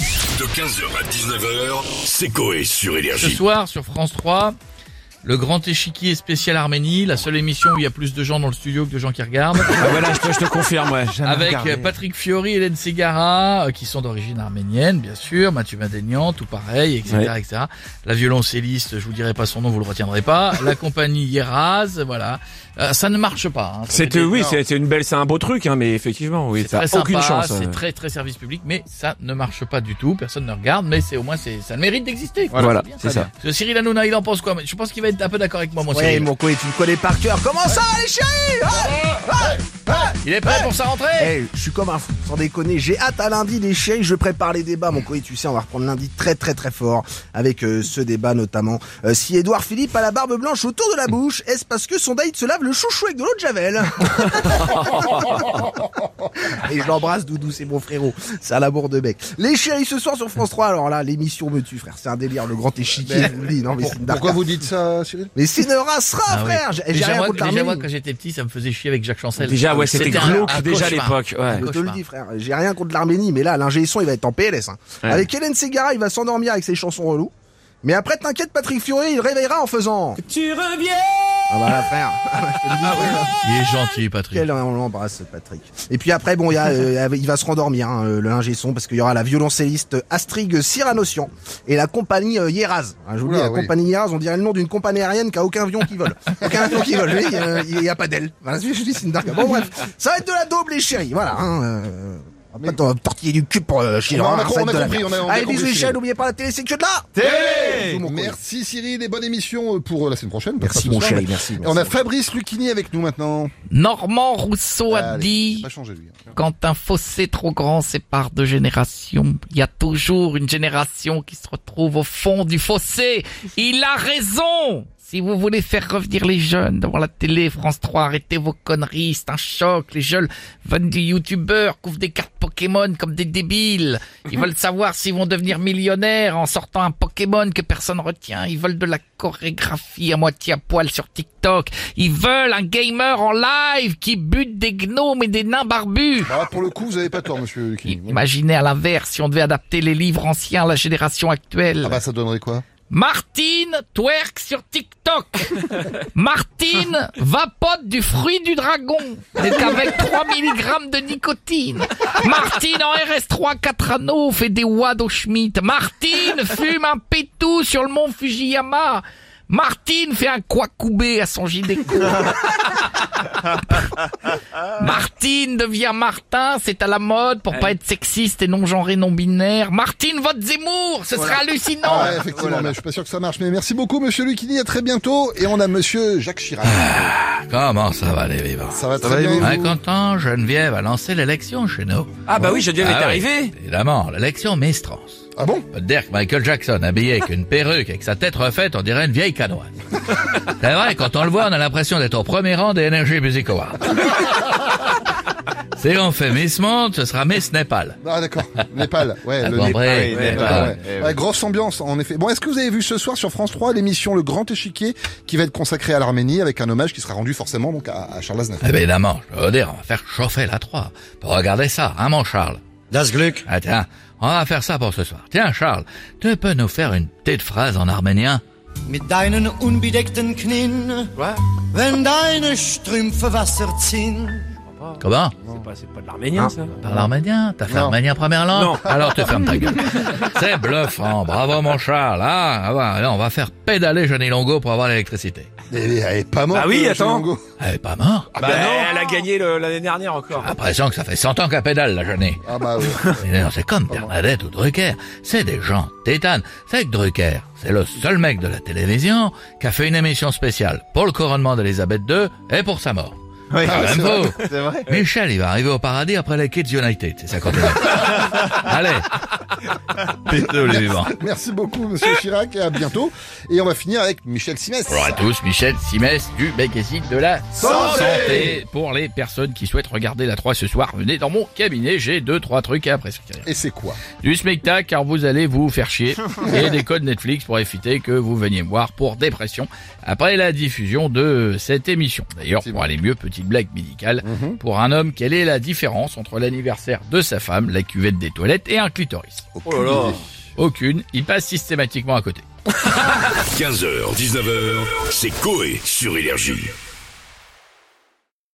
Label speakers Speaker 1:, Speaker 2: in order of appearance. Speaker 1: De 15h à 19h, c'est Coé sur
Speaker 2: Ce
Speaker 1: Énergie.
Speaker 2: soir, sur France 3, le grand échiquier spécial Arménie, la seule émission où il y a plus de gens dans le studio que de gens qui regardent,
Speaker 3: Ah voilà, je te, je te confirme, ouais.
Speaker 2: avec euh, Patrick Fiori, Hélène Segara, euh, qui sont d'origine arménienne, bien sûr, Mathieu Madénian, tout pareil, etc.,
Speaker 3: Ouais.
Speaker 2: etc. La violoncelliste, je vous dirai pas son nom, vous le retiendrez pas. La compagnie Yeraz, voilà. Euh, ça ne marche pas. hein, ça fait
Speaker 3: C'était
Speaker 2: des-
Speaker 3: oui,
Speaker 2: Non.
Speaker 3: c'est c'est une belle, c'est un beau truc, hein, mais effectivement, oui,
Speaker 2: C'est
Speaker 3: ça
Speaker 2: très
Speaker 3: a aucune
Speaker 2: sympa,
Speaker 3: chance.
Speaker 2: c'est
Speaker 3: euh.
Speaker 2: très très service public, mais ça ne marche pas du tout. Personne ne regarde, mais c'est au moins c'est ça le mérite d'exister. quoi.
Speaker 3: Voilà,
Speaker 2: bien,
Speaker 3: c'est ça.
Speaker 2: Parce que Cyril Hanouna, il en pense quoi Mais Je pense qu'il va être un peu d'accord avec moi, mon
Speaker 4: Ouais,
Speaker 2: Cyril.
Speaker 4: mon coé, tu me connais par cœur. Comment ça, les chéris
Speaker 2: Il est prêt pour sa rentrée
Speaker 4: Eh, je suis comme un fou, sans déconner. J'ai hâte à lundi, les chéris. Je prépare les débats, mon coé. Tu sais, on va reprendre lundi très, très, très fort avec euh, ce débat, notamment. euh, si Édouard Philippe a la barbe blanche autour de la bouche, est-ce parce que son date se lave le chouchou avec de l'eau de Javel Et je l'embrasse, Doudou, c'est mon frérot. C'est à l'amour de mec. Les chéris, ce soir sur France 3. Alors là, l'émission me tue, frère. C'est un délire, le grand échiquier. je vous le dis. Non, mais c'est une darka.
Speaker 5: Pourquoi vous dites ça, Cyril
Speaker 4: Mais c'est une race rare,
Speaker 2: Ah oui.
Speaker 4: frère. Eh, J'ai- J'ai
Speaker 2: Déjà,
Speaker 4: rien
Speaker 2: moi,
Speaker 4: contre
Speaker 2: déjà, moi,
Speaker 4: l'Arménie.
Speaker 2: quand j'étais petit, ça me faisait chier avec Jacques Chancel.
Speaker 3: Déjà, ouais, c'était
Speaker 2: un-
Speaker 3: glauque
Speaker 2: un
Speaker 3: déjà à
Speaker 2: cauchemar.
Speaker 3: l'époque. Ouais.
Speaker 4: Je te le
Speaker 2: Cauchemar.
Speaker 4: dis, frère. J'ai rien contre l'Arménie, mais là, l'ingé son, il va être en PLS. hein.
Speaker 3: Ouais.
Speaker 4: Avec Hélène Ségara, il va s'endormir avec ses chansons reloues. Mais après, t'inquiète, Patrick Fiori, il réveillera en faisant.
Speaker 3: Tu reviens.
Speaker 4: Ah bah là, frère. Ah Je te le dis, frère.
Speaker 2: Il est gentil, Patrick.
Speaker 4: Quel- on l'embrasse, Patrick. Et puis après, bon, il y a, euh, il va se rendormir, hein, le ingé son, parce qu'il y aura la violoncelliste Astrid Cyranocian et la compagnie euh, Yeraz. Hein, je vous le dis,
Speaker 5: Oula,
Speaker 4: la
Speaker 5: oui.
Speaker 4: compagnie Yeraz, on dirait le nom d'une compagnie aérienne qui a aucun avion qui vole. aucun avion qui vole. Lui, il y a- il n'y a, pas d'aile. Voilà, je dis, c'est une dark. Bon, bref. Ça va être de la daube, les chéris. Voilà, hein, euh, on va pas t'en tortiller du cul pour euh, chez
Speaker 5: On a- on a
Speaker 4: hein, ça va être
Speaker 5: compris,
Speaker 4: de la
Speaker 5: on a
Speaker 4: merde.
Speaker 5: compris, on a
Speaker 4: Allez,
Speaker 5: compris,
Speaker 4: bisous, les
Speaker 5: Cyril.
Speaker 4: chéris, n'oubliez pas la télé, c'est que de là. Bisous, mon colis.
Speaker 5: Eh, Merci Cyril et bonne émission euh, pour la semaine prochaine. peut-être
Speaker 4: Merci,
Speaker 5: pas ce
Speaker 4: mon
Speaker 5: soir,
Speaker 4: chéri,
Speaker 5: mais-
Speaker 4: merci.
Speaker 5: On a
Speaker 4: merci.
Speaker 5: Fabrice Lucchini avec nous maintenant.
Speaker 2: Normand Rousseau a
Speaker 5: Allez,
Speaker 2: dit,
Speaker 5: Pas changé lui. hein.
Speaker 2: quand un fossé trop grand sépare deux générations, il y a toujours une génération qui se retrouve au fond du fossé. Il a raison! Si vous voulez faire revenir les jeunes devant la télé, France 3, arrêtez vos conneries, c'est un choc. Les jeunes veulent du youtubeur, couvrent des cartes Pokémon comme des débiles. Ils veulent savoir s'ils vont devenir millionnaires en sortant un Pokémon que personne retient. Ils veulent de la chorégraphie à moitié à poil sur TikTok. Ils veulent un gamer en live qui bute des gnomes et des nains barbus.
Speaker 5: Ah, pour le coup, vous avez pas tort, monsieur Lucchini. Voilà.
Speaker 2: Imaginez à l'inverse si on devait adapter les livres anciens à la génération actuelle.
Speaker 5: Ah bah ça donnerait quoi
Speaker 2: Martine twerk sur TikTok. Martine vapote du fruit du dragon, n'est qu'avec 3 mg de nicotine. Martine en RS3 4 anneaux fait des wads au Schmitt. Martine fume un pétou sur le mont Fujiyama. Martine fait un kwakubé à son gynéco. Martine devient Martin, c'est à la mode pour pas être sexiste et non genré, non binaire. Martine vote Zemmour, ce serait hallucinant.
Speaker 5: Ah ouais, effectivement, mais je suis pas sûr que ça marche. Mais merci beaucoup, monsieur Lucchini. À très bientôt. Et on a monsieur Jacques Chirac.
Speaker 2: Comment ça va les vivants
Speaker 5: Ça va très bien. et
Speaker 2: Ouais,
Speaker 5: vous
Speaker 2: content, Geneviève a lancé l'élection chez nous.
Speaker 3: Ah bah oui, je dis, elle est
Speaker 2: Ah ouais.
Speaker 3: arrivée.
Speaker 2: Évidemment, l'élection Mistrance.
Speaker 5: Ah bon
Speaker 2: On peut te dire que Michael Jackson, habillé avec une perruque, avec sa tête refaite, on dirait une vieille canoise. C'est vrai, quand on le voit, on a l'impression d'être au premier rang des Energy Music Awards. Si on fait Miss Monde, ce sera Miss Népal.
Speaker 5: Ah d'accord, Népal, ouais,
Speaker 2: Ah,
Speaker 5: le
Speaker 2: bon,
Speaker 5: Népal.
Speaker 2: ouais,
Speaker 5: Ouais,
Speaker 2: Népal.
Speaker 5: d'accord, ouais. Ouais, grosse ambiance en effet. Bon, est-ce que vous avez vu ce soir sur France 3 l'émission Le Grand Échiquier qui va être consacrée à l'Arménie avec un hommage qui sera rendu forcément donc à, à Charles Aznavour.
Speaker 2: Évidemment, je veux dire, on va faire chauffer la 3. Regardez ça, hein mon Charles
Speaker 6: Das Glück.
Speaker 2: Ah tiens, on va faire ça pour ce soir. Tiens Charles, tu peux nous faire une petite phrase en arménien
Speaker 6: Mit deinen unbedeckten Knien, wenn deine Strümpfe Wasser ziehen.
Speaker 2: Comment
Speaker 3: C'est pas, c'est pas de l'arménien ça.
Speaker 2: Parle arménien T'as fait
Speaker 5: Non.
Speaker 2: arménien première langue
Speaker 3: Non.
Speaker 2: Alors te ferme ta gueule. C'est bluffant. Bravo mon Charles. Ah, ah bah, là, on va faire pédaler Johnny Longo pour avoir l'électricité.
Speaker 5: Elle est, Eh, elle est pas morte.
Speaker 3: Bah oui,
Speaker 5: euh,
Speaker 3: attends.
Speaker 5: Jean Longo.
Speaker 2: Elle est pas mort.
Speaker 3: Bah, Ah elle a gagné le- l'année dernière encore.
Speaker 2: L'impression que ça fait 100 ans qu'elle pédale la Johnny.
Speaker 5: Ah bah ouais.
Speaker 2: Mais non, C'est comme Bernadette ou Drucker. C'est des gens tétanes. C'est que Drucker, c'est le seul mec de la télévision qui a fait une émission spéciale pour le couronnement d'Elisabeth II et pour sa mort.
Speaker 5: Ah,
Speaker 2: Même
Speaker 5: c'est vrai.
Speaker 2: vous. Michel, il va arriver au paradis après les Kids United. C'est ça qu'on dit. Allez. Péteux, les vivants.
Speaker 5: Merci beaucoup monsieur Chirac et à bientôt. Et on va finir avec Michel Simès.
Speaker 2: Bonjour à tous, Michel Simès du magazine de la santé. Pour les personnes qui souhaitent regarder la 3 ce soir, venez dans mon cabinet, j'ai deux trois trucs à prescrire.
Speaker 5: Et c'est quoi
Speaker 2: Du smectac car vous allez vous faire chier et des codes Netflix pour éviter que vous veniez me voir pour dépression après la diffusion de cette émission. D'ailleurs, pour aller mieux, petite blague médicale
Speaker 3: Mhm.
Speaker 2: pour un homme, quelle est la différence entre l'anniversaire de sa femme, la cuvette des toilettes et un clitoris
Speaker 3: Oh là là.
Speaker 2: Aucune. Il passe systématiquement à côté.
Speaker 1: 15h, 19h, c'est Coé sur Énergie.